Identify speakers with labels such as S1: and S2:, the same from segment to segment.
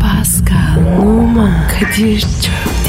S1: Pascal, Oman, Kadir çok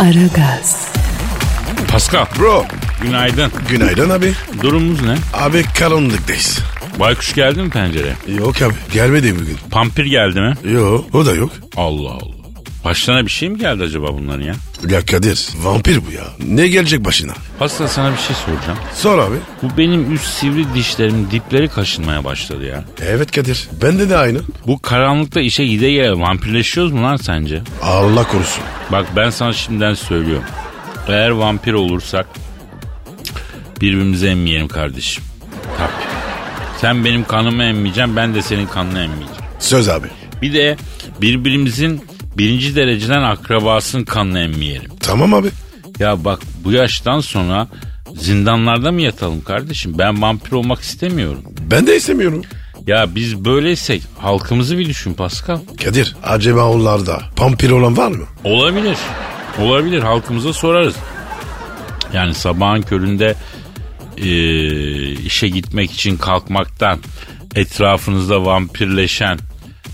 S1: Aragaz,
S2: Pascal.
S3: Bro.
S2: Günaydın.
S3: Günaydın abi.
S2: Durumumuz ne?
S3: Abi karanlıktayız.
S2: Baykuş geldi mi pencereye? E,
S3: Yok abi gelmedi bugün.
S2: Pampir geldi mi?
S3: Yo o da yok.
S2: Allah Allah. Başlarına bir şey mi geldi acaba bunların ya?
S3: Ya Kadir vampir bu ya. Ne gelecek başına?
S2: Pascal sana bir şey soracağım.
S3: Sor abi.
S2: Bu benim üst sivri dişlerim dipleri kaşınmaya başladı ya.
S3: Evet Kadir. Bende de aynı.
S2: Bu karanlıkta işe gide gele vampirleşiyoruz mu lan sence?
S3: Allah korusun.
S2: Bak ben sana şimdiden söylüyorum. Eğer vampir olursak birbirimizi emmeyelim kardeşim. Tabii. Sen benim kanımı emmeyeceksin ben de senin kanını emmeyeceğim.
S3: Söz abi.
S2: Bir de birbirimizin birinci dereceden akrabasının kanını emmeyelim.
S3: Tamam abi.
S2: Ya bak bu yaştan sonra zindanlarda mı yatalım kardeşim? Ben vampir olmak istemiyorum.
S3: Ben de istemiyorum.
S2: Ya biz böyleysek halkımızı bir düşün Pascal.
S3: Kadir acaba onlarda vampir olan var mı?
S2: Olabilir. Olabilir halkımıza sorarız. Yani sabahın köründe eee, işe gitmek için kalkmaktan etrafınızda vampirleşen,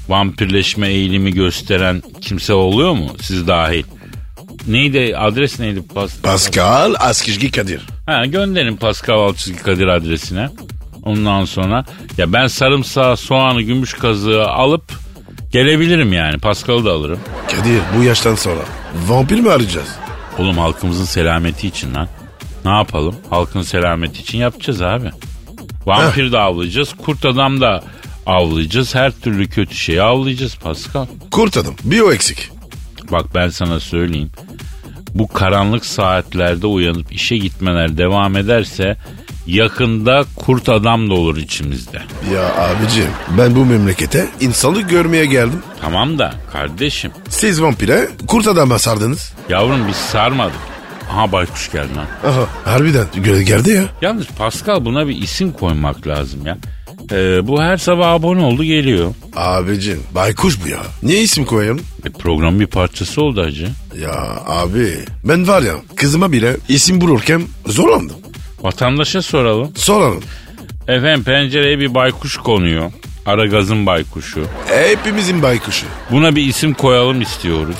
S2: vampirleşme eğilimi gösteren kimse oluyor mu siz dahil? Neydi adres neydi? Pas
S3: Pascal Askizgi Kadir.
S2: ha, gönderin Pascal Alçızgı Kadir adresine. Ondan sonra ya ben sarımsağı, soğanı, gümüş kazığı alıp gelebilirim yani. Pascal'ı da alırım.
S3: Kadir bu yaştan sonra vampir mi arayacağız?
S2: Oğlum halkımızın selameti için lan. Ne yapalım? Halkın selameti için yapacağız abi. Vampir de avlayacağız, kurt adam da avlayacağız. Her türlü kötü şeyi avlayacağız Pascal.
S3: Kurt adam. Bir o eksik.
S2: Bak ben sana söyleyeyim. Bu karanlık saatlerde uyanıp işe gitmeler devam ederse yakında kurt adam da olur içimizde.
S3: Ya abicim ben bu memlekete insanlık görmeye geldim.
S2: Tamam da kardeşim.
S3: Siz vampire kurt adama sardınız.
S2: Yavrum biz sarmadık. Aha baykuş geldi lan.
S3: Aha harbiden gö- geldi ya.
S2: Yalnız Pascal buna bir isim koymak lazım ya. Ee, bu her sabah abone oldu geliyor.
S3: Abicim baykuş bu ya. Niye isim koyayım?
S2: E, programın bir parçası oldu hacı.
S3: Ya abi ben var ya kızıma bile isim bulurken zorlandım.
S2: Vatandaşa soralım.
S3: Soralım.
S2: Efendim pencereye bir baykuş konuyor. Ara gazın baykuşu.
S3: Hepimizin baykuşu.
S2: Buna bir isim koyalım istiyoruz.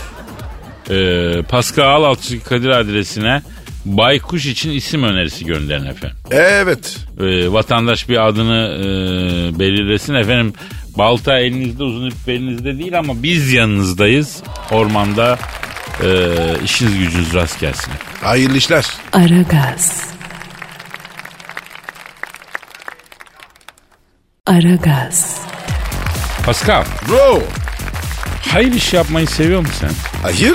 S2: Ee, Pascal Altçı Kadir adresine baykuş için isim önerisi gönderin efendim.
S3: Evet.
S2: Ee, vatandaş bir adını e, belirlesin efendim. Balta elinizde uzun ip belinizde değil ama biz yanınızdayız. Ormanda e, işiniz gücünüz rast gelsin.
S3: Hayırlı işler.
S1: Aragaz. Aragaz,
S2: Pascal
S3: Bro.
S2: hayır iş yapmayı seviyor musun sen?
S3: Hayır.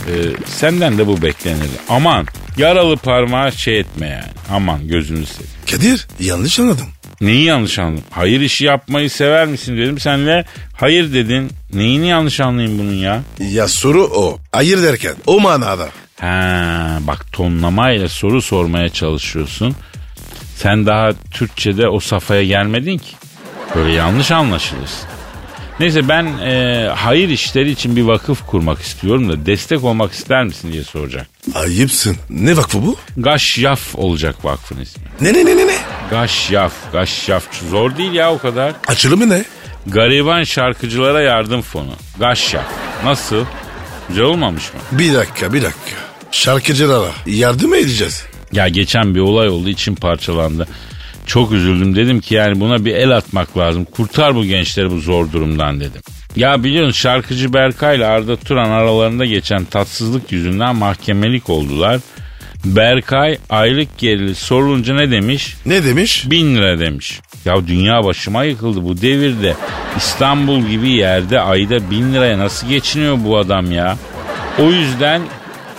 S2: Ee, senden de bu beklenir. Aman yaralı parmağı şey etme yani. Aman gözünü seveyim.
S3: Kadir yanlış anladın.
S2: Neyi yanlış anladın? Hayır işi yapmayı sever misin dedim. Sen de hayır dedin. Neyini yanlış anlayayım bunun ya?
S3: Ya soru o. Hayır derken o manada.
S2: Ha, bak tonlamayla soru sormaya çalışıyorsun. Sen daha Türkçe'de o safhaya gelmedin ki. Böyle yanlış anlaşılırsın. Neyse ben e, hayır işleri için bir vakıf kurmak istiyorum da destek olmak ister misin diye soracak.
S3: Ayıpsın. Ne vakfı bu?
S2: Gaşyaf olacak vakfın ismi.
S3: Ne ne ne ne ne?
S2: Gaşyaf, gaşyaf. Zor değil ya o kadar.
S3: Açılımı ne?
S2: Gariban şarkıcılara yardım fonu. Gaşyaf. Nasıl? Güzel olmamış mı?
S3: Bir dakika bir dakika. Şarkıcılara yardım mı edeceğiz?
S2: Ya geçen bir olay oldu içim parçalandı. Çok üzüldüm dedim ki yani buna bir el atmak lazım. Kurtar bu gençleri bu zor durumdan dedim. Ya biliyorsun şarkıcı Berkay ile Arda Turan aralarında geçen tatsızlık yüzünden mahkemelik oldular. Berkay aylık gerili sorulunca ne demiş?
S3: Ne demiş?
S2: Bin lira demiş. Ya dünya başıma yıkıldı bu devirde. İstanbul gibi yerde ayda bin liraya nasıl geçiniyor bu adam ya? O yüzden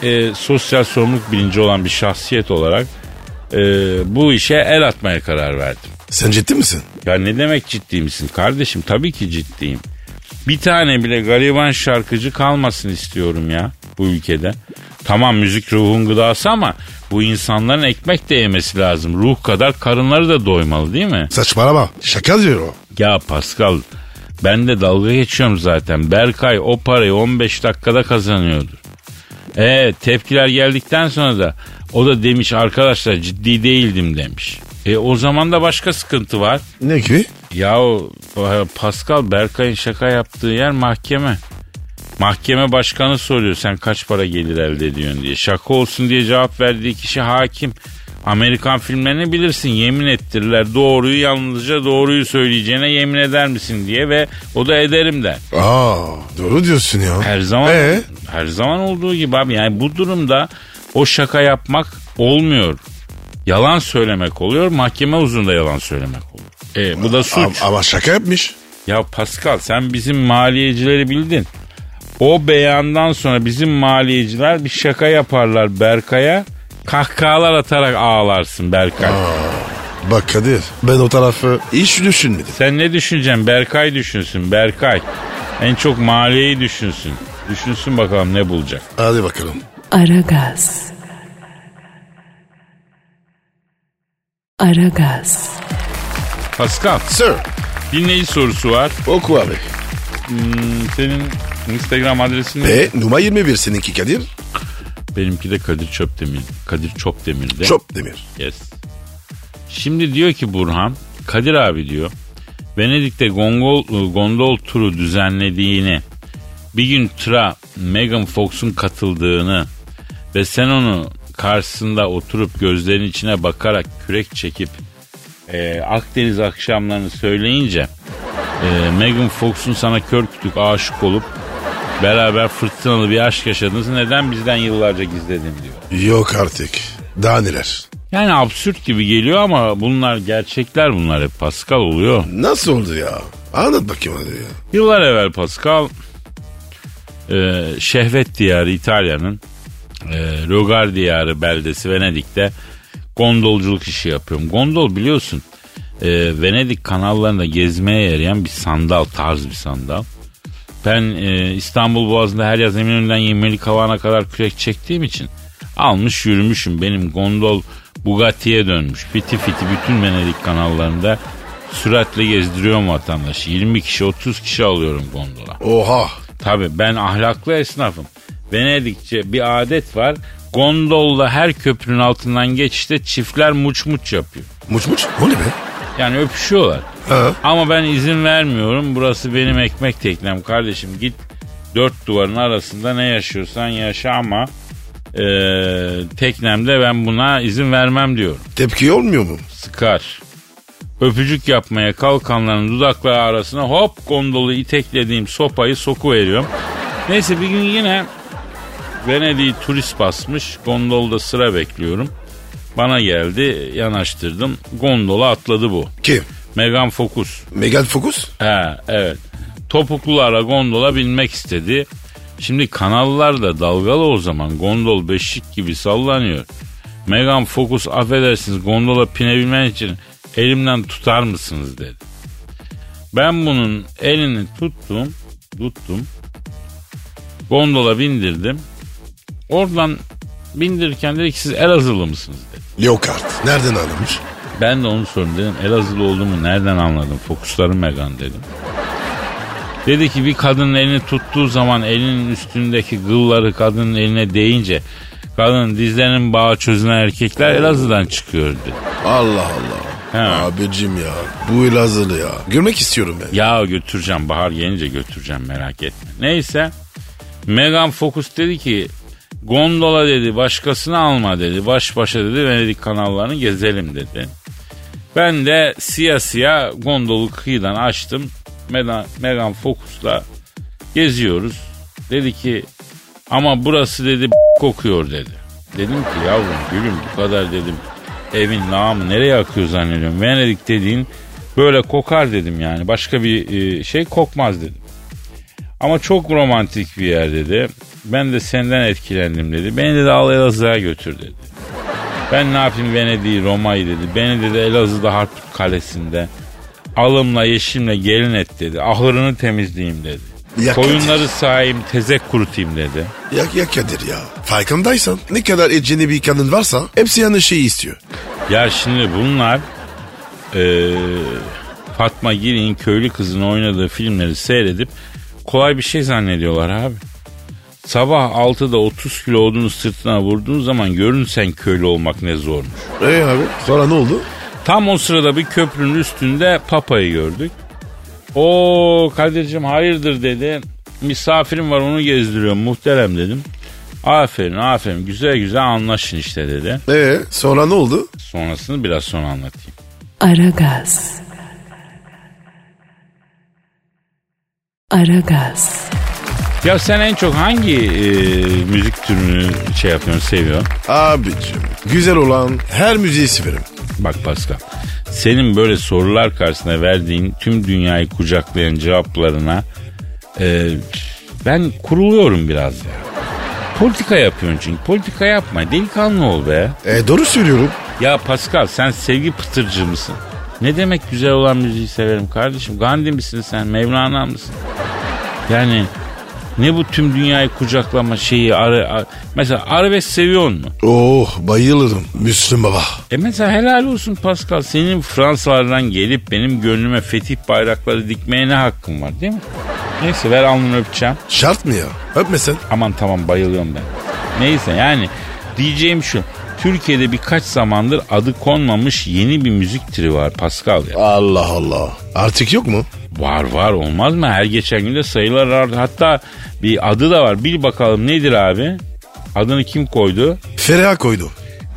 S2: e, sosyal sorumluluk bilinci olan bir şahsiyet olarak e, bu işe el atmaya karar verdim.
S3: Sen ciddi misin?
S2: Ya ne demek ciddi misin kardeşim? Tabii ki ciddiyim. Bir tane bile gariban şarkıcı kalmasın istiyorum ya bu ülkede. Tamam müzik ruhun gıdası ama bu insanların ekmek de yemesi lazım. Ruh kadar karınları da doymalı değil mi?
S3: Saçmalama. Şaka diyor o.
S2: Ya Pascal ben de dalga geçiyorum zaten. Berkay o parayı 15 dakikada kazanıyordur. E tepkiler geldikten sonra da o da demiş arkadaşlar ciddi değildim demiş. E o zaman da başka sıkıntı var.
S3: Ne gibi?
S2: Yahu e, Pascal Berkay'ın şaka yaptığı yer mahkeme. Mahkeme başkanı soruyor sen kaç para gelir elde ediyorsun diye. Şaka olsun diye cevap verdiği kişi hakim. Amerikan filmlerini bilirsin yemin ettirirler. Doğruyu yalnızca doğruyu söyleyeceğine yemin eder misin diye ve o da ederim der.
S3: Aa doğru diyorsun ya.
S2: Her zaman
S3: Ee?
S2: her zaman olduğu gibi abi yani bu durumda o şaka yapmak olmuyor. Yalan söylemek oluyor. Mahkeme huzurunda yalan söylemek oluyor. E, bu da suç.
S3: Ama, ama şaka yapmış.
S2: Ya Pascal sen bizim maliyecileri bildin. O beyandan sonra bizim maliyeciler bir şaka yaparlar Berkay'a. Kahkahalar atarak ağlarsın Berkay.
S3: Bak Kadir ben o tarafı hiç düşünmedim.
S2: Sen ne düşüneceksin? Berkay düşünsün Berkay. En çok maliyeyi düşünsün. Düşünsün bakalım ne bulacak.
S3: Hadi bakalım.
S1: Aragaz. Aragaz.
S2: Pascal
S3: Sir
S2: dinleyici sorusu var.
S3: oku abi.
S2: Hmm, senin Instagram adresin ne?
S3: Ve numara 21 seninki Kadir.
S2: Benimki de Kadir Çöpdemir. Kadir Çöpdemir'de.
S3: Çöp demir.
S2: Yes. Şimdi diyor ki Burhan, Kadir abi diyor. Venedik'te gongol, e, gondol turu düzenlediğini, bir gün tıra Megan Fox'un katıldığını ve sen onu karşısında oturup gözlerinin içine bakarak kürek çekip e, Akdeniz akşamlarını söyleyince e, Megan Fox'un sana kör kütük aşık olup beraber fırtınalı bir aşk yaşadınız. Neden bizden yıllarca gizledin diyor.
S3: Yok artık. Daha neler.
S2: Yani absürt gibi geliyor ama bunlar gerçekler bunlar hep Pascal oluyor.
S3: Nasıl oldu ya? Anlat bakayım hadi ya.
S2: Yıllar evvel Pascal e, şehvet diyarı İtalya'nın e, Logar diyarı beldesi Venedik'te gondolculuk işi yapıyorum. Gondol biliyorsun e, Venedik kanallarında gezmeye yarayan bir sandal tarz bir sandal. Ben e, İstanbul Boğazı'nda her yaz Eminönü'nden Yemeli Havan'a kadar kürek çektiğim için almış yürümüşüm. Benim gondol Bugatti'ye dönmüş. Fiti fiti bütün Venedik kanallarında süratle gezdiriyorum vatandaşı. 20 kişi 30 kişi alıyorum gondola.
S3: Oha.
S2: Tabii ben ahlaklı esnafım. Venedikçe bir adet var. Gondolla her köprünün altından geçişte çiftler muç muç yapıyor.
S3: Muç muç. O ne be?
S2: Yani öpüşüyorlar.
S3: Ha.
S2: Ama ben izin vermiyorum. Burası benim ekmek teknem kardeşim. Git dört duvarın arasında ne yaşıyorsan yaşa ama eee, teknemde ben buna izin vermem diyorum.
S3: Tepki olmuyor mu?
S2: Sıkar. Öpücük yapmaya kalkanların dudakları arasına hop gondolu iteklediğim sopayı soku veriyorum. Neyse bir gün yine Venedik'i turist basmış. Gondolda sıra bekliyorum. Bana geldi yanaştırdım. Gondola atladı bu.
S3: Kim?
S2: Megan Focus.
S3: Megan Focus?
S2: He evet. Topuklulara gondola binmek istedi. Şimdi kanallar da dalgalı o zaman gondol beşik gibi sallanıyor. Megan Focus affedersiniz gondola binebilmen için elimden tutar mısınız dedi. Ben bunun elini tuttum, tuttum. Gondola bindirdim. Oradan bindirirken dedi ki siz Elazığlı mısınız dedi.
S3: Yok artık. Nereden anlamış?
S2: Ben de onu sordum dedim. Elazığlı olduğumu nereden anladın? Fokusların Megan dedim. Dedi ki bir kadının elini tuttuğu zaman elinin üstündeki gılları kadının eline değince kadının dizlerinin bağı çözülen erkekler Elazığ'dan çıkıyor dedi.
S3: Allah Allah.
S2: He.
S3: Abicim ya. Bu Elazığlı ya. Görmek istiyorum ben.
S2: Ya götüreceğim bahar gelince götüreceğim merak etme. Neyse Megan Fox dedi ki gondola dedi başkasını alma dedi. Baş başa dedi Venedik kanallarını gezelim dedi. Ben de siyah siyah gondolu kıyıdan açtım. Megan, Megan Fox'la geziyoruz. Dedi ki ama burası dedi kokuyor dedi. Dedim ki yavrum gülüm bu kadar dedim. Evin lağımı nereye akıyor zannediyorum. Venedik dediğin böyle kokar dedim yani. Başka bir e, şey kokmaz dedim. Ama çok romantik bir yer dedi. Ben de senden etkilendim dedi. Beni dedi al Elazığ'a götür dedi. Ben ne yapayım Venedik'i Roma'yı dedi. Beni dedi Elazığ'da Harput Kalesi'nde alımla yeşimle gelin et dedi. Ahırını temizleyeyim dedi.
S3: Ya
S2: Koyunları sahayım tezek kurutayım dedi.
S3: Ya, ya Kadir ya. Farkındaysan ne kadar ecnebi bir kadın varsa hepsi yanlış şeyi istiyor.
S2: Ya şimdi bunlar eee, Fatma Giri'nin köylü kızın oynadığı filmleri seyredip kolay bir şey zannediyorlar abi. Sabah 6'da 30 kilo odunu sırtına vurduğun zaman görünsen köylü olmak ne zormuş.
S3: E abi sonra ne oldu?
S2: Tam o sırada bir köprünün üstünde papayı gördük. O Kadir'cim hayırdır dedi. Misafirim var onu gezdiriyorum muhterem dedim. Aferin aferin güzel güzel anlaşın işte dedi.
S3: E sonra ne oldu?
S2: Sonrasını biraz sonra anlatayım.
S1: Aragaz. Aragaz.
S2: Ya sen en çok hangi e, müzik türünü şey yapıyorsun seviyorsun?
S3: Abicim güzel olan her müziği severim.
S2: Bak Pascal senin böyle sorular karşısında verdiğin tüm dünyayı kucaklayan cevaplarına e, ben kuruluyorum biraz ya. Politika yapıyorsun çünkü. Politika yapma. Delikanlı ol be.
S3: E doğru söylüyorum.
S2: Ya Pascal sen sevgi pıtırcı mısın? Ne demek güzel olan müziği severim kardeşim? Gandhi misin sen? Mevlana mısın? Yani ne bu tüm dünyayı kucaklama şeyi? Ara, ar- mesela arabesk seviyor mu?
S3: Oh bayılırım Müslüm Baba.
S2: E mesela helal olsun Pascal. Senin Fransalardan gelip benim gönlüme fetih bayrakları dikmeye ne hakkın var değil mi? Neyse ver alnını öpeceğim.
S3: Şart mı ya? Öpmesen.
S2: Aman tamam bayılıyorum ben. Neyse yani diyeceğim şu. Türkiye'de birkaç zamandır adı konmamış yeni bir müzik türü var Pascal ya.
S3: Allah Allah. Artık yok mu?
S2: Var var olmaz mı? Her geçen günde sayılar arttı. Hatta bir adı da var. Bil bakalım nedir abi? Adını kim koydu?
S3: Feriha koydu.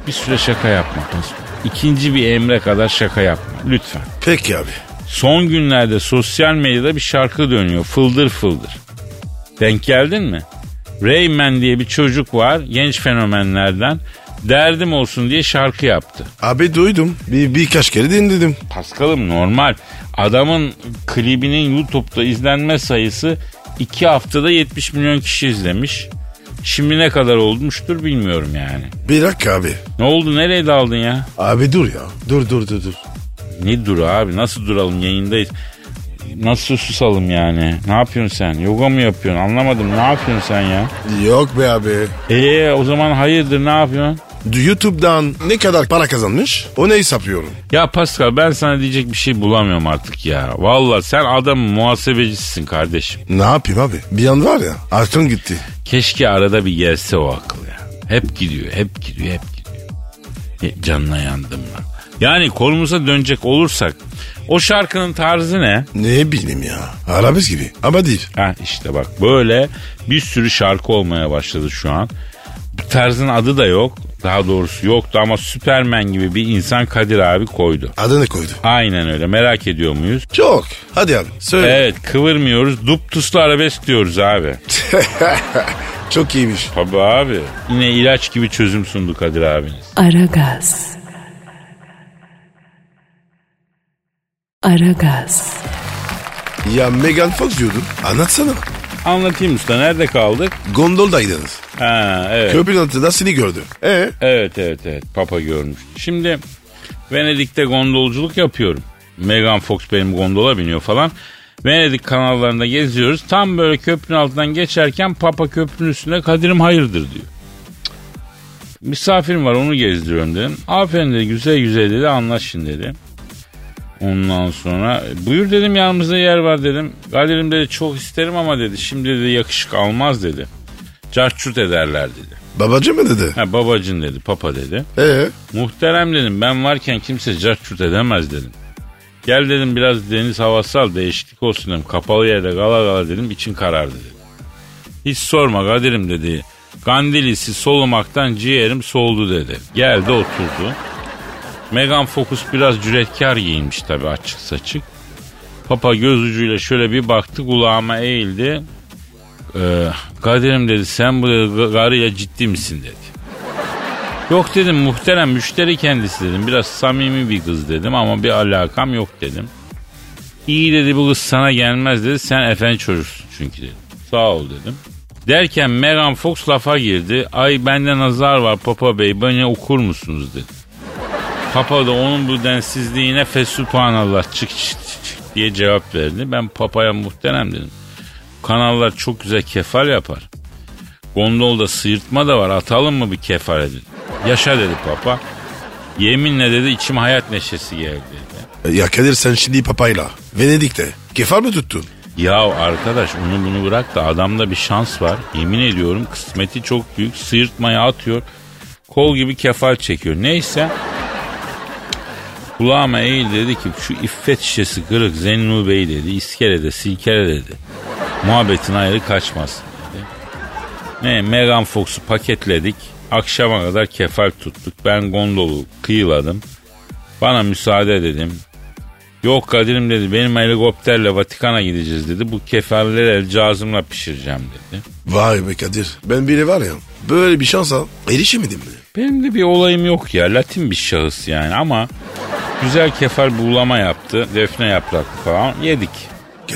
S2: Bir süre şaka yapma Pascal. İkinci bir emre kadar şaka yapma lütfen.
S3: Peki abi.
S2: Son günlerde sosyal medyada bir şarkı dönüyor. Fıldır fıldır. Denk geldin mi? Rayman diye bir çocuk var genç fenomenlerden. Derdim olsun diye şarkı yaptı.
S3: Abi duydum. Bir, birkaç kere dinledim.
S2: Paskal'ım normal. Adamın klibinin YouTube'da izlenme sayısı 2 haftada 70 milyon kişi izlemiş. Şimdi ne kadar olmuştur bilmiyorum yani.
S3: Bir dakika abi.
S2: Ne oldu nereye daldın ya?
S3: Abi dur ya. Dur dur dur dur.
S2: Ne dur abi nasıl duralım yayındayız. Nasıl susalım yani? Ne yapıyorsun sen? Yoga mı yapıyorsun? Anlamadım. Ne yapıyorsun sen ya?
S3: Yok be abi.
S2: Eee o zaman hayırdır ne yapıyorsun?
S3: YouTube'dan ne kadar para kazanmış onu hesaplıyorum.
S2: Ya Pascal ben sana diyecek bir şey bulamıyorum artık ya. Vallahi sen adam muhasebecisisin kardeşim.
S3: Ne yapayım abi? Bir an var ya aklım gitti.
S2: Keşke arada bir gelse o akıl ya. Hep gidiyor, hep gidiyor, hep gidiyor. E, Canına yandım ben. Yani konumuza dönecek olursak o şarkının tarzı ne?
S3: Ne bileyim ya. Arabesk gibi ama değil.
S2: Ha işte bak böyle bir sürü şarkı olmaya başladı şu an. Bu tarzın adı da yok. Daha doğrusu yoktu ama Superman gibi bir insan Kadir abi koydu.
S3: Adını koydu.
S2: Aynen öyle merak ediyor muyuz?
S3: Çok. Hadi abi söyle.
S2: Evet kıvırmıyoruz. Duptuslu arabesk diyoruz abi.
S3: Çok iyiymiş.
S2: Tabii abi. Yine ilaç gibi çözüm sundu Kadir abiniz.
S1: Aragaz. Aragaz.
S3: Ya Megan Fox diyordun. Anlatsana.
S2: Anlatayım usta nerede kaldık?
S3: Gondoldaydınız.
S2: Ha evet.
S3: Köprünün altında seni gördü. E
S2: Evet evet evet papa görmüş. Şimdi Venedik'te gondolculuk yapıyorum. Megan Fox benim gondola biniyor falan. Venedik kanallarında geziyoruz. Tam böyle köprünün altından geçerken papa köprünün üstüne Kadir'im hayırdır diyor. Cık. Misafirim var onu gezdiriyorum dedim. Aferin dedi güzel güzel dedi anlaşın dedi. Ondan sonra buyur dedim yanımızda yer var dedim. Kadir'im dedi çok isterim ama dedi şimdi dedi yakışık almaz dedi. Carçut ederler dedi.
S3: babacı mı dedi?
S2: Ha babacın dedi, papa dedi.
S3: E
S2: Muhterem dedim ben varken kimse cahçut edemez dedim. Gel dedim biraz deniz havası al değişiklik olsun dedim. Kapalı yerde gala gala dedim için karardı dedi. Hiç sorma Kadir'im dedi. Gandilisi solumaktan ciğerim soldu dedi. Geldi oturdu. Megan Fox biraz cüretkar giyinmiş tabii açık saçık. Papa göz ucuyla şöyle bir baktı kulağıma eğildi. Ee, Kadir'im dedi sen bu dedi, karıyla ciddi misin dedi. Yok dedim muhterem müşteri kendisi dedim. Biraz samimi bir kız dedim ama bir alakam yok dedim. İyi dedi bu kız sana gelmez dedi. Sen efendi çocuksun çünkü dedim. Sağ ol dedim. Derken Megan Fox lafa girdi. Ay bende nazar var Papa Bey beni okur musunuz dedi. Papa da onun bu densizliğine fesubhanallah çık çık çık çık diye cevap verdi. Ben papaya muhterem dedim. kanallar çok güzel kefal yapar. Gondolda sıyırtma da var atalım mı bir kefal edin. Yaşa dedi papa. Yeminle dedi içime hayat neşesi geldi dedi.
S3: Ya Kadir sen şimdi papayla Venedik'te kefal mı tuttun?
S2: Ya arkadaş onu bunu bırak da adamda bir şans var. Yemin ediyorum kısmeti çok büyük. Sıyırtmaya atıyor. Kol gibi kefal çekiyor. Neyse. Kulağıma eğil dedi ki şu iffet şişesi kırık Zennu Bey dedi. İskelede silkele dedi. Muhabbetin ayrı kaçmasın dedi. Ne Megan Fox'u paketledik. Akşama kadar kefal tuttuk. Ben gondolu kıyıladım. Bana müsaade dedim. Yok Kadir'im dedi benim helikopterle Vatikan'a gideceğiz dedi. Bu kefalleri el cazımla pişireceğim dedi.
S3: Vay be Kadir. Ben biri var ya böyle bir şansa erişemedim mi?
S2: Benim de bir olayım yok ya. Latin bir şahıs yani ama güzel kefal buğulama yaptı. Defne yapraklı falan yedik.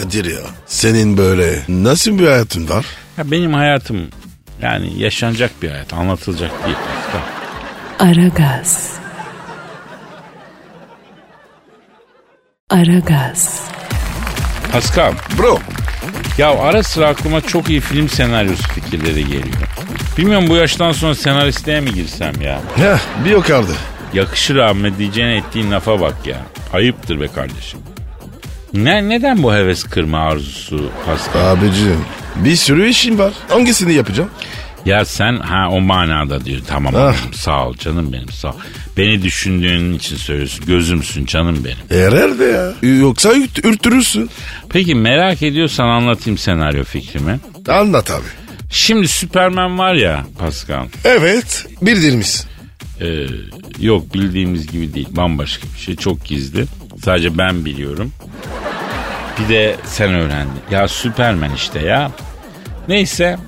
S3: Kadir ya senin böyle nasıl bir hayatın var?
S2: Ya benim hayatım yani yaşanacak bir hayat anlatılacak değil.
S1: Aragaz. Aragaz.
S2: Pascal
S3: Bro
S2: ya ara sıra aklıma çok iyi film senaryosu fikirleri geliyor. Bilmiyorum bu yaştan sonra senaristliğe mi girsem ya?
S3: heh, bir yok kaldı.
S2: Yakışır abime diyeceğine ettiğin lafa bak ya. Ayıptır be kardeşim. Ne, neden bu heves kırma arzusu Pascal?
S3: Abicim bir sürü işim var. Hangisini yapacağım?
S2: Ya sen ha o manada diyor. Tamam
S3: Ah.
S2: abim, sağ ol canım benim sağ ol. Beni düşündüğün için söylüyorsun. Gözümsün canım benim.
S3: Erer de E, ya. Yoksa ürt- ürtürürsün.
S2: Peki merak ediyorsan anlatayım senaryo fikrimi.
S3: Anlat abi.
S2: Şimdi Süpermen var ya Pascal.
S3: Evet. Bir dilimiz.
S2: Ee, yok bildiğimiz gibi değil. Bambaşka bir şey. Çok gizli. Sadece ben biliyorum. Bir de sen öğrendin. Ya Süpermen işte ya. Neyse.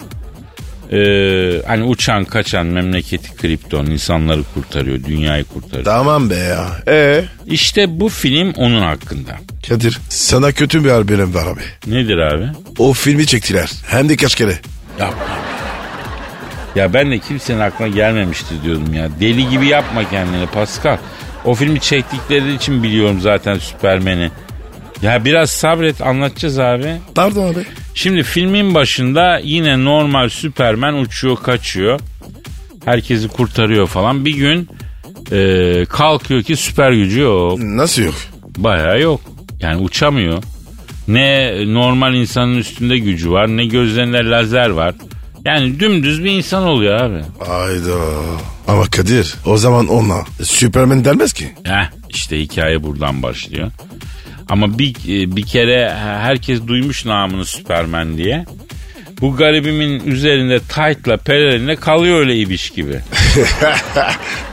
S2: Ee, hani uçan kaçan memleketi kripton insanları kurtarıyor. Dünyayı kurtarıyor.
S3: Tamam be ya. Ee?
S2: İşte bu film onun hakkında.
S3: Kadir sana kötü bir haberim var abi.
S2: Nedir abi?
S3: O filmi çektiler. Hem de kaç kere.
S2: Yapma. Ya ben de kimsenin aklına gelmemişti diyordum ya. Deli gibi yapma kendini Pascal. O filmi çektikleri için biliyorum zaten Süpermen'i. Ya biraz sabret anlatacağız abi.
S3: Pardon abi.
S2: Şimdi filmin başında yine normal Süpermen uçuyor kaçıyor. Herkesi kurtarıyor falan. Bir gün e, kalkıyor ki süper gücü yok.
S3: Nasıl yok?
S2: Bayağı yok. Yani uçamıyor. Ne normal insanın üstünde gücü var ne gözlerinde lazer var. Yani dümdüz bir insan oluyor abi.
S3: Ayda. Ama Kadir o zaman ona Superman denmez ki.
S2: Heh, işte hikaye buradan başlıyor. Ama bir, e, bir kere herkes duymuş namını Süpermen diye. Bu garibimin üzerinde tight'la pelerinle kalıyor öyle ibiş gibi.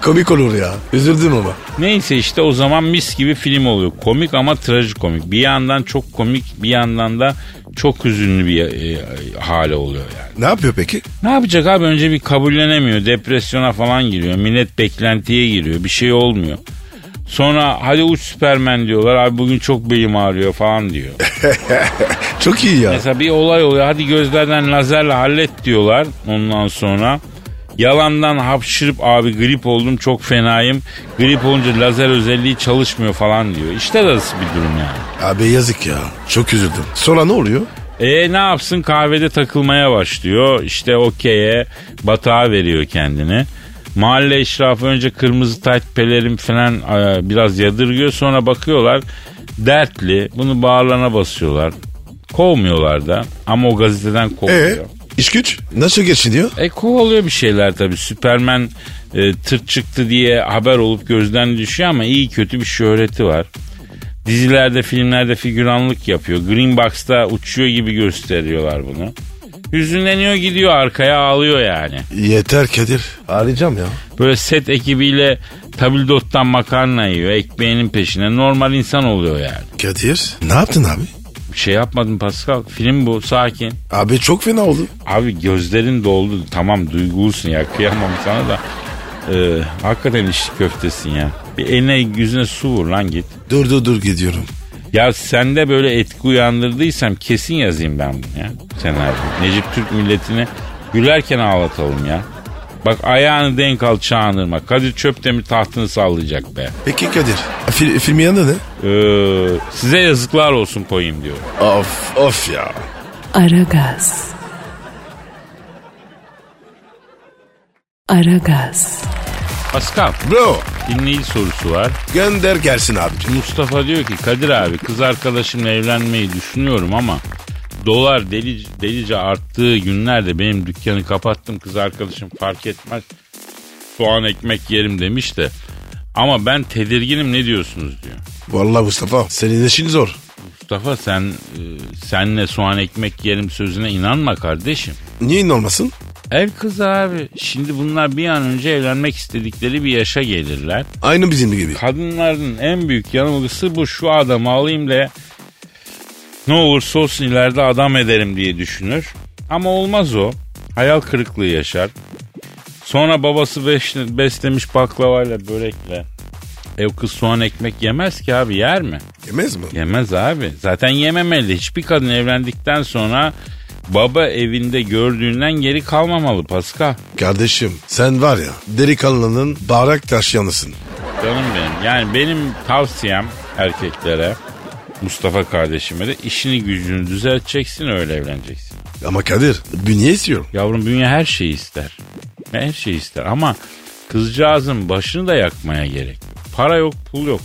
S3: Komik olur ya. Üzüldüm ona.
S2: Neyse işte o zaman mis gibi film oluyor. Komik ama trajikomik. Bir yandan çok komik bir yandan da çok hüzünlü bir e, hale oluyor yani.
S3: Ne yapıyor peki?
S2: Ne yapacak abi önce bir kabullenemiyor. Depresyona falan giriyor. Millet beklentiye giriyor. Bir şey olmuyor. Sonra hadi uç Süpermen diyorlar. Abi bugün çok belim ağrıyor falan diyor.
S3: Çok iyi ya.
S2: Mesela bir olay oluyor. Hadi gözlerden lazerle hallet diyorlar ondan sonra. Yalandan hapşırıp abi grip oldum çok fenayım. Grip olunca lazer özelliği çalışmıyor falan diyor. İşte nasıl bir durum yani.
S3: Abi yazık ya. Çok üzüldüm. Sonra ne oluyor?
S2: E ne yapsın kahvede takılmaya başlıyor. İşte okey'e batağa veriyor kendini. Mahalle eşrafı önce kırmızı tayt pelerin falan e, biraz yadırgıyor. Sonra bakıyorlar dertli. Bunu bağırlarına basıyorlar. Kovmuyorlar da ama o gazeteden
S3: E
S2: kovuyor.
S3: iş güç nasıl geçiniyor?
S2: E kovalıyor bir şeyler tabii. Süpermen e, tırt çıktı diye haber olup gözden düşüyor ama iyi kötü bir şöhreti var. Dizilerde, filmlerde figüranlık yapıyor. Green Box'ta uçuyor gibi gösteriyorlar bunu. Hüzünleniyor gidiyor arkaya ağlıyor yani.
S3: Yeter Kadir. Arayacağım ya.
S2: Böyle set ekibiyle tabildottan makarna yiyor. Ekmeğinin peşine normal insan oluyor yani.
S3: Kadir ne yaptın abi?
S2: Bir şey yapmadım Pascal. Film bu sakin.
S3: Abi çok fena oldu.
S2: Abi gözlerin doldu. Tamam duygulusun ya kıyamam sana da. Ee, hakikaten içli köftesin ya. Bir eline yüzüne su vur lan git.
S3: Dur dur dur gidiyorum.
S2: Ya sende böyle etki uyandırdıysam kesin yazayım ben bunu ya. Senaryo. Necip Türk milletini gülerken ağlatalım ya. Bak ayağını denk al çağınırma. Kadir Çöptemir tahtını sallayacak be.
S3: Peki Kadir. Fil, filmin yanında ne?
S2: Ee, size yazıklar olsun koyayım diyor.
S3: Of of ya.
S1: Aragaz. Aragaz.
S2: Pascal
S3: Bro
S2: dinleyici sorusu var.
S3: gönder gelsin abicim.
S2: Mustafa diyor ki Kadir abi kız arkadaşımla evlenmeyi düşünüyorum ama dolar deli, delice arttığı günlerde benim dükkanı kapattım kız arkadaşım fark etmez soğan ekmek yerim demiş de ama ben tedirginim ne diyorsunuz diyor.
S3: Vallahi Mustafa senin işin zor.
S2: Mustafa sen e, senle soğan ekmek yerim sözüne inanma kardeşim.
S3: Niye inanmasın?
S2: El kız abi şimdi bunlar bir an önce evlenmek istedikleri bir yaşa gelirler.
S3: Aynı bizim gibi.
S2: Kadınların en büyük yanılgısı bu şu adamı alayım da ne olursa olsun ileride adam ederim diye düşünür. Ama olmaz o. Hayal kırıklığı yaşar. Sonra babası beş- beslemiş baklavayla börekle. Ev kız soğan ekmek yemez ki abi yer mi?
S3: Yemez mi?
S2: Yemez abi. Zaten yememeli. Hiçbir kadın evlendikten sonra baba evinde gördüğünden geri kalmamalı Paska.
S3: Kardeşim sen var ya delikanlının bağırak taşıyanısın.
S2: Canım benim. Yani benim tavsiyem erkeklere Mustafa kardeşime de işini gücünü düzelteceksin öyle evleneceksin.
S3: Ama Kadir bünye istiyor.
S2: Yavrum bünye her şeyi ister. Her şeyi ister ama kızcağızın başını da yakmaya gerek. yok. Para yok pul yok.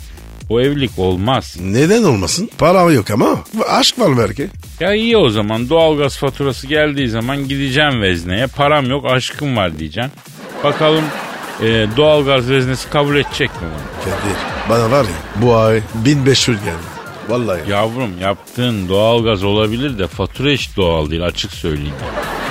S2: O evlilik olmaz.
S3: Neden olmasın? Para yok ama aşk var belki.
S2: Ya iyi o zaman doğalgaz faturası geldiği zaman gideceğim vezneye. Param yok aşkım var diyeceğim. Bakalım e, doğalgaz veznesi kabul edecek mi bunu?
S3: Kadir bana var ya bu ay 1500 geldi. Vallahi
S2: Yavrum yaptığın doğalgaz olabilir de fatura hiç doğal değil açık söyleyeyim.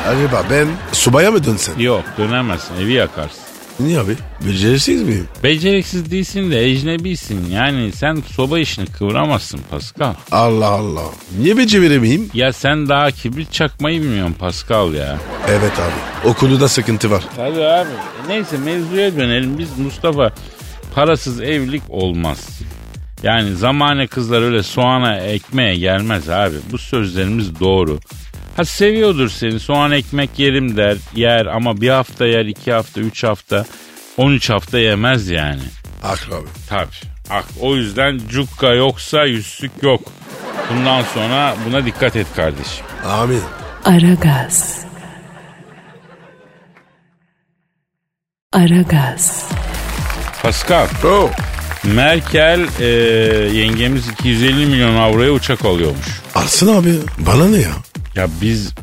S3: acaba ben subaya mı dönsem?
S2: Yok dönemezsin evi yakarsın.
S3: Niye abi? Becerisiz miyim?
S2: Beceriksiz değilsin de ecnebisin. Yani sen soba işini kıvıramazsın Pascal.
S3: Allah Allah. Niye beceremeyeyim?
S2: Ya sen daha kibrit çakmayı bilmiyorsun Pascal ya.
S3: Evet abi. O konuda sıkıntı var.
S2: Tabii abi. E, Neyse mevzuya dönelim. Biz Mustafa parasız evlilik olmaz. Yani zamane kızlar öyle soğana ekmeğe gelmez abi. Bu sözlerimiz doğru. Ha seviyordur seni soğan ekmek yerim der yer ama bir hafta yer iki hafta üç hafta on üç hafta yemez yani.
S3: Akra abi.
S2: Tabii. Ak, o yüzden cukka yoksa yüzsük yok. Bundan sonra buna dikkat et kardeşim.
S3: Amin.
S1: Aragaz. Aragaz.
S2: Pascal.
S3: Bro.
S2: Merkel e, yengemiz 250 milyon avroya uçak alıyormuş.
S3: Alsın abi. Bana ne ya?
S2: Ya biz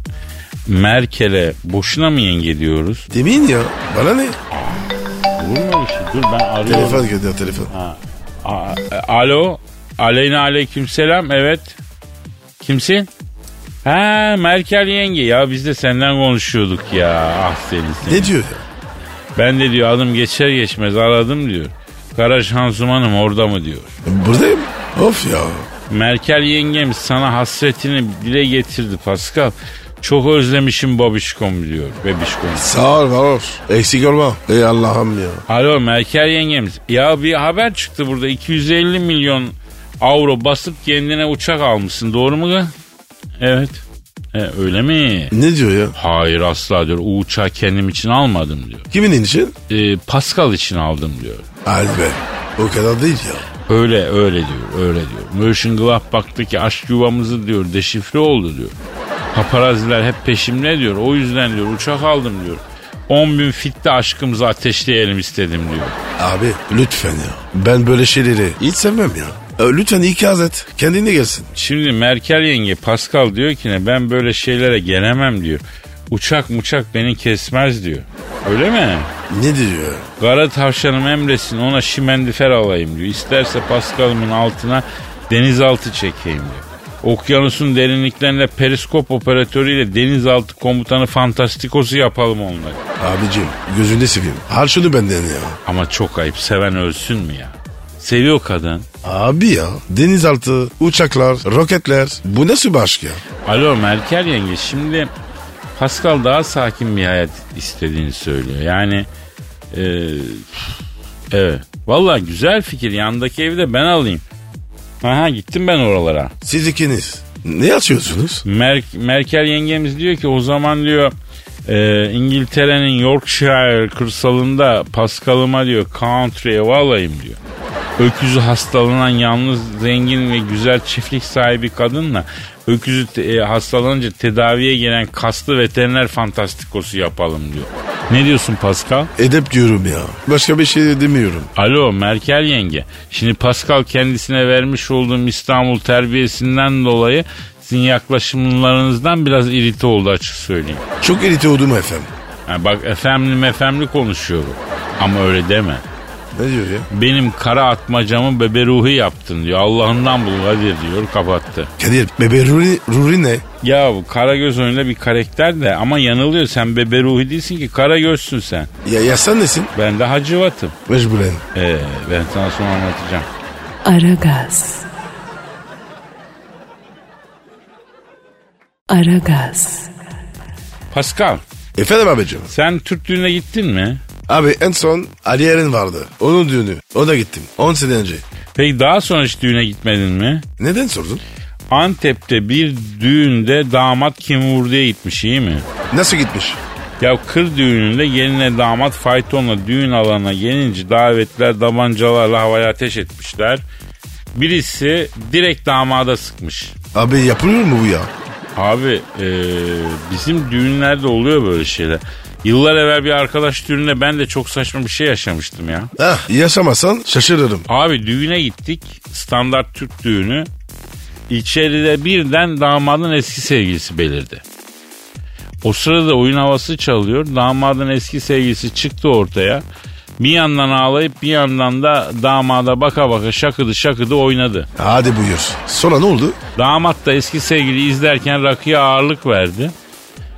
S2: Merkel'e boşuna mı yenge diyoruz?
S3: Demin ya. Bana ne?
S2: Olur mu öyle şey? Dur ben arıyorum.
S3: Telefon geldi telefon.
S2: A- e, Alo. Aleyna aleyküm selam. Evet. Kimsin? Ha Merkel yenge. Ya biz de senden konuşuyorduk ya. Ah seni seni.
S3: Ne diyor ya?
S2: Ben de diyor adım geçer geçmez aradım diyor. Kara şansumanım orada mı diyor.
S3: Buradayım. Of ya.
S2: Merkel yengem sana hasretini dile getirdi Pascal. Çok özlemişim babişkom diyor bebişkom.
S3: Sağ ol var. Eksik olma. Ey Allah'ım ya.
S2: Alo Merkel yengemiz. Ya bir haber çıktı burada 250 milyon avro basıp kendine uçak almışsın doğru mu? kız? Evet. E, öyle mi?
S3: Ne diyor ya?
S2: Hayır asla diyor. O uçağı kendim için almadım diyor.
S3: Kimin için?
S2: E, Pascal için aldım diyor.
S3: Hadi be. O kadar değil ya.
S2: Öyle öyle diyor öyle diyor. Mönchengladbach'taki aşk yuvamızı diyor deşifre oldu diyor. Paparaziler hep peşimde diyor. O yüzden diyor uçak aldım diyor. 10 bin fitte aşkımızı ateşleyelim istedim diyor.
S3: Abi lütfen ya. Ben böyle şeyleri hiç sevmem ya. E, Lütfen ikaz et. Kendine gelsin.
S2: Şimdi Merkel yenge Pascal diyor ki ne ben böyle şeylere gelemem diyor. Uçak muçak beni kesmez diyor. Öyle mi?
S3: Ne diyor ya?
S2: Kara tavşanım emresin ona şimendifer alayım diyor. İsterse Paskal'ımın altına denizaltı çekeyim diyor. Okyanusun derinliklerinde periskop operatörüyle denizaltı komutanı fantastikosu yapalım onunla.
S3: Abicim gözünde seveyim. Al şunu benden ya.
S2: Ama çok ayıp seven ölsün mü ya? Seviyor kadın.
S3: Abi ya denizaltı, uçaklar, roketler bu nasıl bir aşk ya?
S2: Alo Merkel yenge şimdi Pascal daha sakin bir hayat istediğini söylüyor. Yani e, evet. Valla güzel fikir yandaki evi de ben alayım. Aha gittim ben oralara.
S3: Siz ikiniz ne açıyorsunuz?
S2: Mer- Merkel yengemiz diyor ki o zaman diyor e, İngiltere'nin Yorkshire kırsalında Pascal'ıma diyor country ev alayım diyor. Öküzü hastalanan yalnız zengin ve güzel çiftlik sahibi kadınla öküzü te- e, hastalanınca tedaviye gelen kaslı veteriner fantastikosu yapalım diyor. Ne diyorsun Pascal?
S3: Edep diyorum ya. Başka bir şey de demiyorum.
S2: Alo Merkel yenge. Şimdi Pascal kendisine vermiş olduğum İstanbul terbiyesinden dolayı sizin yaklaşımlarınızdan biraz irite oldu açık söyleyeyim.
S3: Çok irite oldum efendim.
S2: Ha bak efemli mefemli konuşuyor bu. Ama öyle deme.
S3: Ne diyor ya?
S2: Benim kara atmacamı beberuhi yaptın diyor. Allah'ından bul hadi diyor kapattı.
S3: Kadir bebe Ruri, Ruri ne?
S2: Ya bu Karagöz oyunda bir karakter de ama yanılıyor sen beberuhi değilsin ki Karagöz'sün sen.
S3: Ya, ya sen nesin?
S2: Ben de Hacıvat'ım.
S3: Mecburen.
S2: Ee, ben sana sonra anlatacağım.
S1: Aragaz. Aragaz.
S2: Pascal
S3: Efendim abicim.
S2: sen Türk düğününe gittin mi?
S3: Abi en son Ali Eren vardı. Onun düğünü. O da gittim. 10 sene önce.
S2: Peki daha sonra hiç düğüne gitmedin mi?
S3: Neden sordun?
S2: Antep'te bir düğünde damat kim vurduya gitmiş iyi mi?
S3: Nasıl gitmiş?
S2: Ya kır düğününde geline damat faytonla düğün alanına gelince davetler tabancalarla havaya ateş etmişler. Birisi direkt damada sıkmış.
S3: Abi yapılıyor mu bu ya?
S2: Abi e, bizim düğünlerde oluyor böyle şeyler. Yıllar evvel bir arkadaş düğününde ben de çok saçma bir şey yaşamıştım ya.
S3: Ah yaşamasan şaşırırım.
S2: Abi düğüne gittik. Standart Türk düğünü. İçeride birden damadın eski sevgilisi belirdi. O sırada oyun havası çalıyor. Damadın eski sevgilisi çıktı ortaya. Bir yandan ağlayıp bir yandan da damada baka baka şakıdı şakıdı oynadı.
S3: Hadi buyur. Sonra ne oldu?
S2: Damat da eski sevgili izlerken rakıya ağırlık verdi.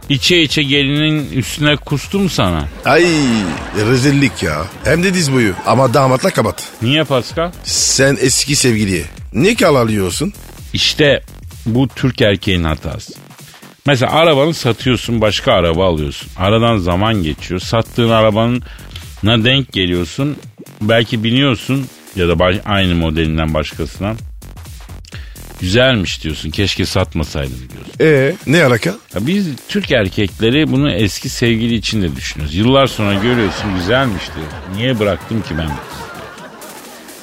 S2: İçe içe gelinin üstüne kustu mu sana?
S3: Ay rezillik ya. Hem de diz boyu. Ama damatla kapat.
S2: Niye Pascal?
S3: Sen eski sevgiliye. Niye kalalıyorsun?
S2: İşte bu Türk erkeğin hatası. Mesela arabanı satıyorsun başka araba alıyorsun. Aradan zaman geçiyor. Sattığın arabanına denk geliyorsun. Belki biniyorsun ya da baş- aynı modelinden başkasına. Güzelmiş diyorsun keşke satmasaydım diyorsun.
S3: Ee ne alaka?
S2: Ya biz Türk erkekleri bunu eski sevgili için de düşünüyoruz. Yıllar sonra görüyorsun güzelmiş diyor. Niye bıraktım ki ben bu kızı?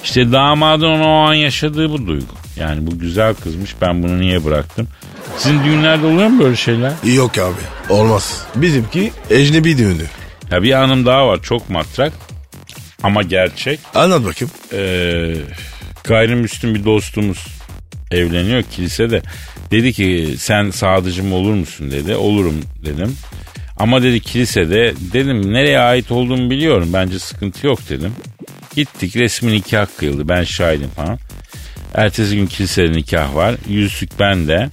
S2: İşte damadın ona o an yaşadığı bu duygu. Yani bu güzel kızmış ben bunu niye bıraktım? Sizin düğünlerde oluyor mu böyle şeyler?
S3: Yok abi. Olmaz. Bizimki ecnebi düğünü.
S2: Ya bir anım daha var çok matrak ama gerçek.
S3: Anlat bakayım.
S2: Ee, gayrimüslim bir dostumuz evleniyor kilisede. Dedi ki sen sadıcım olur musun dedi. Olurum dedim. Ama dedi kilisede dedim nereye ait olduğumu biliyorum. Bence sıkıntı yok dedim. Gittik resmi nikah kıyıldı. Ben şahidim falan. Ertesi gün kilisede nikah var. Yüzük bende.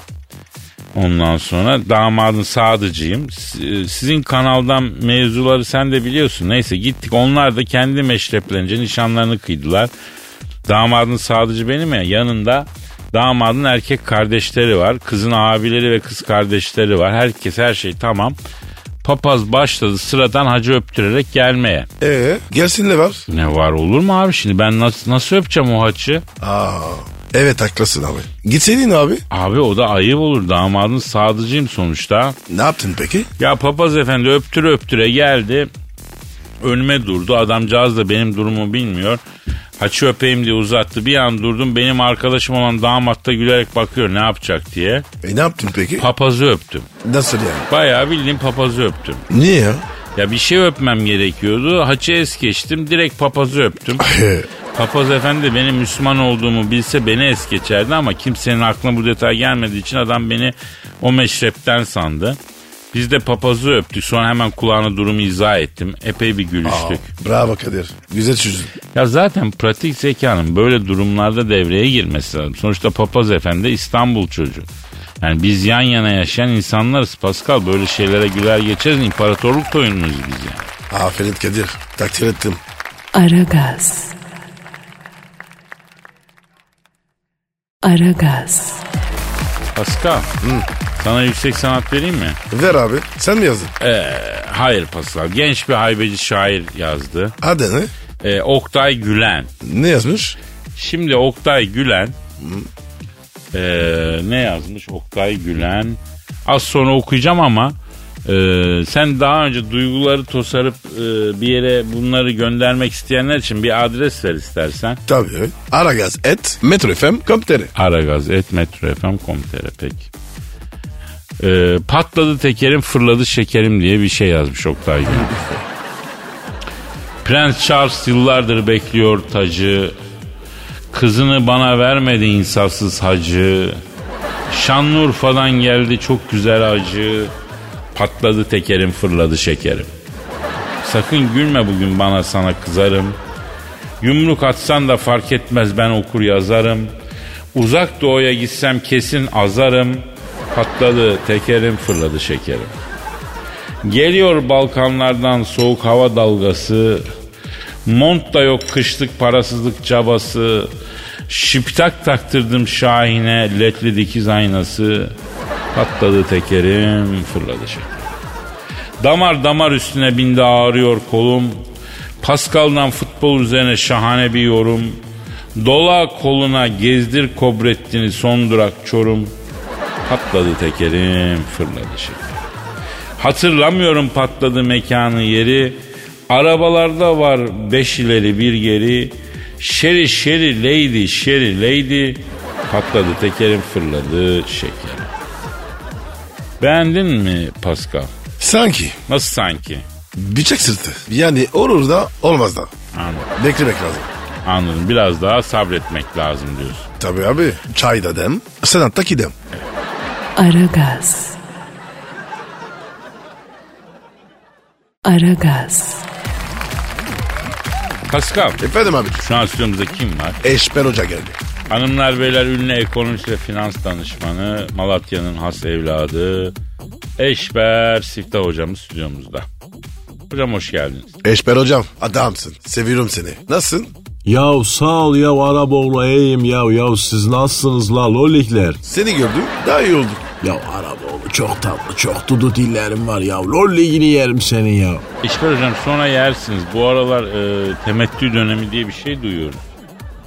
S2: Ondan sonra damadın sadıcıyım. S- e, Sizin kanaldan mevzuları sen de biliyorsun. Neyse gittik. Onlar da kendi meşreplerince nişanlarını kıydılar. Damadın sadıcı benim ya. Yanında damadın erkek kardeşleri var. Kızın abileri ve kız kardeşleri var. Herkes her şey tamam. Papaz başladı sıradan hacı öptürerek gelmeye.
S3: Ee gelsin ne var?
S2: Ne var olur mu abi şimdi ben nasıl, nasıl öpeceğim o haçı?
S3: Aa, evet haklısın abi. Gitseydin abi.
S2: Abi o da ayıp olur damadın sadıcıyım sonuçta.
S3: Ne yaptın peki?
S2: Ya papaz efendi öptüre öptüre geldi. Önüme durdu. Adamcağız da benim durumu bilmiyor. Haçı öpeyim diye uzattı. Bir an durdum. Benim arkadaşım olan damat da gülerek bakıyor ne yapacak diye.
S3: E ne yaptın peki?
S2: Papazı öptüm.
S3: Nasıl yani?
S2: Bayağı bildiğin papazı öptüm.
S3: Niye ya?
S2: Ya bir şey öpmem gerekiyordu. Haçı es geçtim. Direkt papazı öptüm. Papaz efendi benim Müslüman olduğumu bilse beni es geçerdi ama kimsenin aklına bu detay gelmediği için adam beni o meşrepten sandı. Biz de papazı öptük sonra hemen kulağına durumu izah ettim. Epey bir
S3: Aa,
S2: gülüştük.
S3: bravo Kadir. Güzel çözdün.
S2: Ya zaten pratik zekanın böyle durumlarda devreye girmesi lazım. Sonuçta papaz efendi İstanbul çocuğu. Yani biz yan yana yaşayan insanlarız Pascal. Böyle şeylere güler geçeriz. İmparatorluk oyunumuz biz yani.
S3: Aferin Kadir. Takdir ettim.
S1: Aragaz. Aragaz.
S2: Pascal sana yüksek sanat vereyim mi?
S3: Ver abi. Sen mi yazdın?
S2: Hayır Pascal. Genç bir haybeci şair yazdı.
S3: Hadi ne?
S2: Ee, Oktay Gülen.
S3: Ne yazmış?
S2: Şimdi Oktay Gülen e, ee, ne yazmış Oktay Gülen? Az sonra okuyacağım ama Ee, sen daha önce duyguları tosarıp e, bir yere bunları göndermek isteyenler için bir adres ver istersen.
S3: Tabii. Aragaz et metrofm.com.tr
S2: Aragaz.metrofm.com.tr peki. Ee, patladı tekerim fırladı şekerim diye bir şey yazmış Oktay Gündüz. Prens Charles yıllardır bekliyor tacı. Kızını bana vermedi insafsız hacı. Şanlıurfa'dan geldi çok güzel acı. Patladı tekerim fırladı şekerim. Sakın gülme bugün bana sana kızarım. Yumruk atsan da fark etmez ben okur yazarım. Uzak doğuya gitsem kesin azarım. Patladı tekerim fırladı şekerim. Geliyor Balkanlardan soğuk hava dalgası. Mont da yok kışlık parasızlık cabası. Şiptak taktırdım Şahin'e ledli dikiz aynası. Patladı tekerim fırladı şekerim. Damar damar üstüne bindi ağrıyor kolum. Pascal'dan futbol üzerine şahane bir yorum. Dola koluna gezdir kobrettini son durak çorum. Patladı tekerim fırladı şekerim. Hatırlamıyorum patladı mekanı yeri. Arabalarda var beş ileri bir geri. Şeri şeri lady şeri lady. Patladı tekerim fırladı şekerim. Beğendin mi Pascal?
S3: Sanki
S2: Nasıl sanki?
S3: bıçak sırtı. Yani olur da olmaz da.
S2: Anladım.
S3: Beklemek lazım.
S2: Anladım. Biraz daha sabretmek lazım diyorsun.
S3: Tabii abi. Çay da dem. Sanatta ki dem.
S1: Aragaz. Aragaz.
S2: Pascal,
S3: Efendim abi.
S2: şu an stüdyomuzda kim var?
S3: Eşber Hoca geldi.
S2: Hanımlar beyler ünlü ekonomist ve finans danışmanı, Malatya'nın has evladı Eşber Siftah hocamız stüdyomuzda. Hocam hoş geldiniz.
S3: Eşber Hocam adamsın. Seviyorum seni. Nasılsın?
S4: Yav sağ ol yav Araboğlu eğim yav yav siz nasılsınız la lollikler?
S3: Seni gördüm daha iyi oldum.
S4: Ya Araboğlu çok tatlı çok dudu dillerim var ya lolligini yerim senin ya.
S2: Eşber hocam sonra yersiniz. Bu aralar e, temettü dönemi diye bir şey duyuyorum.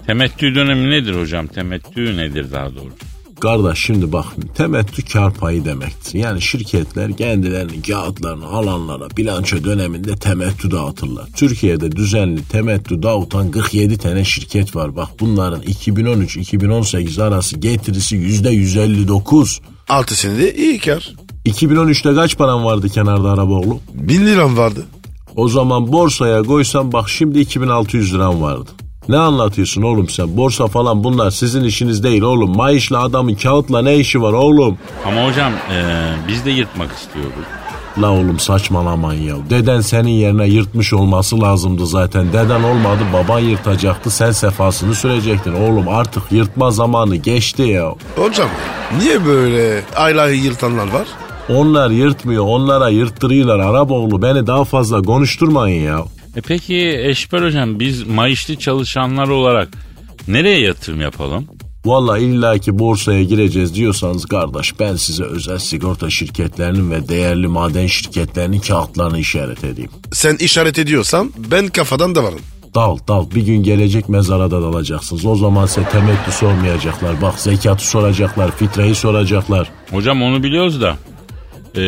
S2: Temettü dönemi nedir hocam? Temettü nedir daha doğrusu?
S4: Kardeş şimdi bak temettü kar payı demektir. Yani şirketler kendilerinin kağıtlarını alanlara bilanço döneminde temettü dağıtırlar. Türkiye'de düzenli temettü dağıtan 47 tane şirket var. Bak bunların 2013-2018 arası getirisi %159.
S3: 6 senede iyi kar.
S4: 2013'te kaç paran vardı kenarda Araboğlu?
S3: 1000 liram vardı.
S4: O zaman borsaya koysan bak şimdi 2600 liram vardı. Ne anlatıyorsun oğlum sen? Borsa falan bunlar sizin işiniz değil oğlum. Mayışla adamın kağıtla ne işi var oğlum?
S2: Ama hocam e, biz de yırtmak istiyoruz.
S4: La oğlum saçmalaman ya. Deden senin yerine yırtmış olması lazımdı zaten. Deden olmadı baban yırtacaktı. Sen sefasını sürecektin. Oğlum artık yırtma zamanı geçti ya.
S3: Hocam niye böyle aylayı yırtanlar var?
S4: Onlar yırtmıyor. Onlara yırttırıyorlar. Araboğlu beni daha fazla konuşturmayın ya.
S2: E peki Eşber Hocam biz maaşlı çalışanlar olarak nereye yatırım yapalım?
S4: Valla illaki borsaya gireceğiz diyorsanız kardeş ben size özel sigorta şirketlerinin ve değerli maden şirketlerinin kağıtlarını işaret edeyim.
S3: Sen işaret ediyorsan ben kafadan da varım.
S4: Dal dal bir gün gelecek mezara da dalacaksınız. O zaman size temettü sormayacaklar. Bak zekatı soracaklar, fitreyi soracaklar.
S2: Hocam onu biliyoruz da e,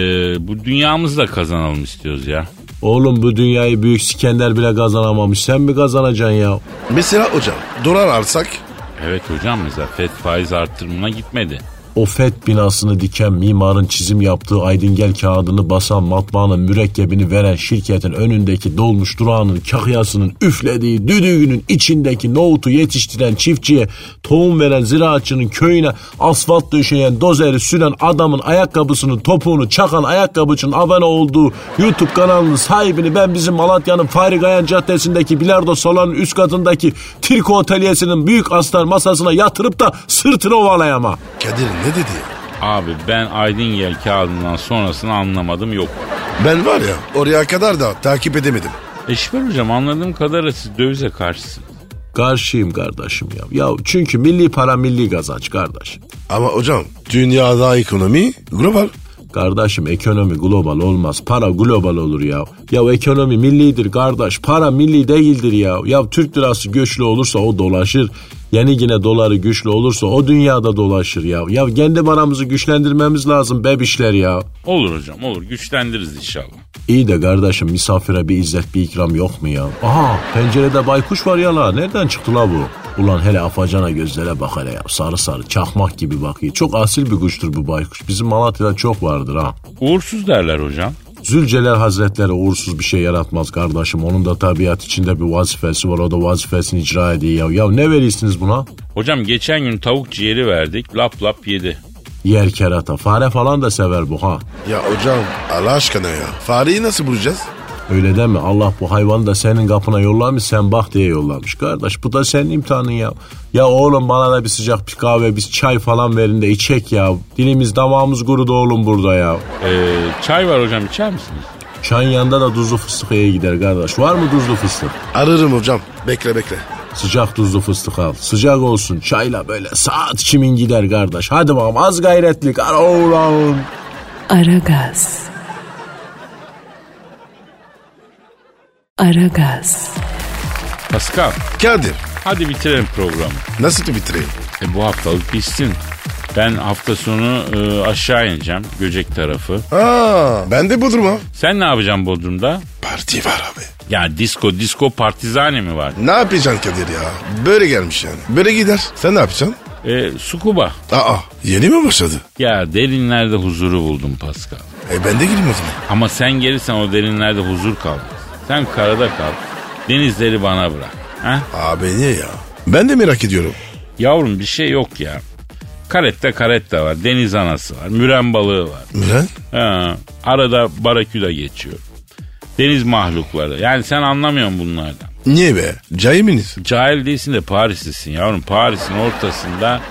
S2: bu dünyamızı da kazanalım istiyoruz ya.
S4: Oğlum bu dünyayı Büyük İskender bile kazanamamış. Sen mi kazanacaksın ya?
S3: Mesela hocam dolar alsak
S2: Evet hocam mesela FED faiz arttırımına gitmedi.
S4: O FED binasını diken mimarın çizim yaptığı aydingel kağıdını basan matbaanın mürekkebini veren şirketin önündeki dolmuş durağının kahyasının üflediği düdüğünün içindeki nohutu yetiştiren çiftçiye tohum veren ziraatçının köyüne asfalt döşeyen dozeri süren adamın ayakkabısının topuğunu çakan ayakkabıcının abone olduğu YouTube kanalının sahibini ben bizim Malatya'nın Fahri Gayan Caddesi'ndeki bilardo salonun üst katındaki Tirko Oteliyesi'nin büyük astar masasına yatırıp da sırtını ovalayama.
S3: Kadir ne dedi ya?
S2: Abi ben Aydın Yel kağıdından sonrasını anlamadım yok.
S3: Ben var ya oraya kadar da takip edemedim.
S2: Eşber Hocam anladığım kadarıyla siz dövize karşısınız.
S4: Karşıyım kardeşim ya. Ya çünkü milli para milli kazanç kardeş.
S3: Ama hocam dünyada ekonomi global.
S4: Kardeşim ekonomi global olmaz. Para global olur ya. Ya ekonomi millidir kardeş. Para milli değildir ya. Ya Türk lirası göçlü olursa o dolaşır. Yeni yine doları güçlü olursa o dünyada dolaşır ya. Ya kendi paramızı güçlendirmemiz lazım bebişler ya.
S2: Olur hocam olur güçlendiririz inşallah.
S4: İyi de kardeşim misafire bir izzet bir ikram yok mu ya? Aha pencerede baykuş var ya la nereden çıktı la bu? Ulan hele afacana gözlere bak hele ya sarı sarı çakmak gibi bakıyor. Çok asil bir kuştur bu baykuş bizim Malatya'da çok vardır ha.
S2: Uğursuz derler hocam.
S4: Zülcelal Hazretleri uğursuz bir şey yaratmaz kardeşim. Onun da tabiat içinde bir vazifesi var. O da vazifesini icra ediyor ya. Ya ne verirsiniz buna?
S2: Hocam geçen gün tavuk ciğeri verdik lap lap yedi.
S4: Yer kerata. Fare falan da sever bu ha.
S3: Ya hocam Allah aşkına ya. Fareyi nasıl bulacağız?
S4: Öyle deme Allah bu hayvanı da senin kapına yollamış sen bak diye yollamış. Kardeş bu da senin imtihanın ya. Ya oğlum bana da bir sıcak bir kahve bir çay falan verin de içek ya. Dilimiz damağımız kurudu oğlum burada ya.
S2: Ee, çay var hocam içer misiniz?
S4: Çayın yanında da tuzlu fıstık iyi gider kardeş. Var mı tuzlu fıstık?
S3: Ararım hocam. Bekle bekle.
S4: Sıcak tuzlu fıstık al. Sıcak olsun çayla böyle saat kimin gider kardeş. Hadi bakalım az gayretlik. Ara oğlum.
S1: Aragaz. Aragaz.
S2: Pascal
S3: Kadir
S2: hadi bitirelim programı.
S3: nasıl bitireyim?
S2: E, bu haftalık bitsin. Ben hafta sonu e, aşağı ineceğim Göcek tarafı.
S3: Aa, ben de Bodrum ha.
S2: Sen ne yapacaksın Bodrum'da?
S3: Parti var abi.
S2: Ya disco disco partizane mi var?
S3: Ne yapacaksın Kadir ya? Böyle gelmiş yani. Böyle gider. Sen ne yapacaksın?
S2: E, sukuba.
S3: Aa yeni mi başladı?
S2: Ya derinlerde huzuru buldum Pascal.
S3: E ben de gireyim o zaman.
S2: Ama sen gelirsen o derinlerde huzur kalmaz. Sen karada kal. Denizleri bana bırak. Ha?
S3: Abi niye ya? Ben de merak ediyorum.
S2: Yavrum bir şey yok ya. Karette karetta var. Deniz anası var. Müren balığı var.
S3: Müren?
S2: Ha, arada baraküda geçiyor. Deniz mahlukları. Yani sen anlamıyorsun bunlardan.
S3: Niye be? Cahil miyiz?
S2: Cahil değilsin de Parislisin yavrum. Paris'in ortasında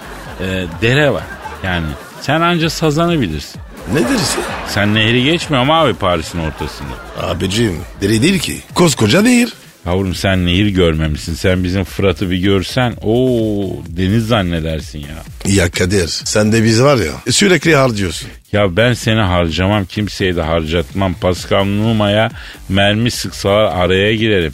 S2: e, dere var. Yani sen anca sazanı bilirsin.
S3: Ne dersin?
S2: Sen nehri geçmiyor ama abi Paris'in ortasında.
S3: Abicim deli değil ki. Koskoca nehir.
S2: Yavrum sen nehir görmemişsin. Sen bizim Fırat'ı bir görsen o deniz zannedersin ya.
S3: Ya Kadir sen de biz var ya sürekli harcıyorsun.
S2: Ya ben seni harcamam kimseye de harcatmam. Pascal Numa'ya mermi sıksalar araya girerim.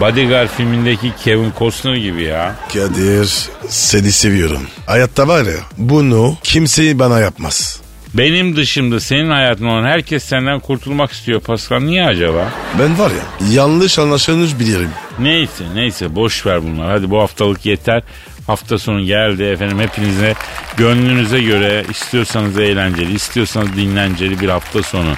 S2: Bodyguard filmindeki Kevin Costner gibi ya.
S3: Kadir seni seviyorum. Hayatta var ya bunu kimse bana yapmaz.
S2: Benim dışımda senin hayatın olan herkes senden kurtulmak istiyor Pascal. Niye acaba?
S3: Ben var ya yanlış anlaşılmış bilirim.
S2: Neyse neyse boş ver bunlar. Hadi bu haftalık yeter. Hafta sonu geldi efendim hepinize gönlünüze göre istiyorsanız eğlenceli istiyorsanız dinlenceli bir hafta sonu.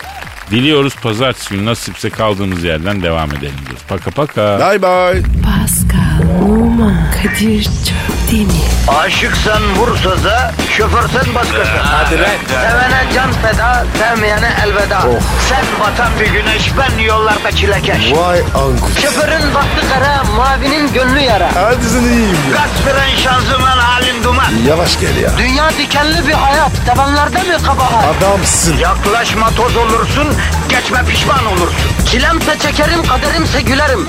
S2: Diliyoruz pazartesi günü nasipse kaldığımız yerden devam edelim diyoruz. Paka paka.
S3: Bye bye.
S1: Pascal, Oman, Kadir çok değil mi?
S5: Aşıksan vursa da, şoförsen başkasın. Ee, Hadi be. Oh. Sevene can feda, sevmeyene elveda. Sen batan bir güneş, ben yollarda çilekeş.
S3: Vay anku.
S5: Şoförün baktı kara, mavinin gönlü yara.
S3: Hadi sen iyiyim ya.
S5: Kasperen şanzıman halin duman.
S3: Yavaş gel ya.
S5: Dünya dikenli bir hayat, sevenlerde mi kabahar?
S3: Adamsın.
S5: Yaklaşma toz olursun, geçme pişman olursun. Çilemse çekerim, kaderimse gülerim.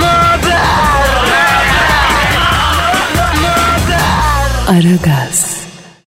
S5: Möber!
S1: Aragaz.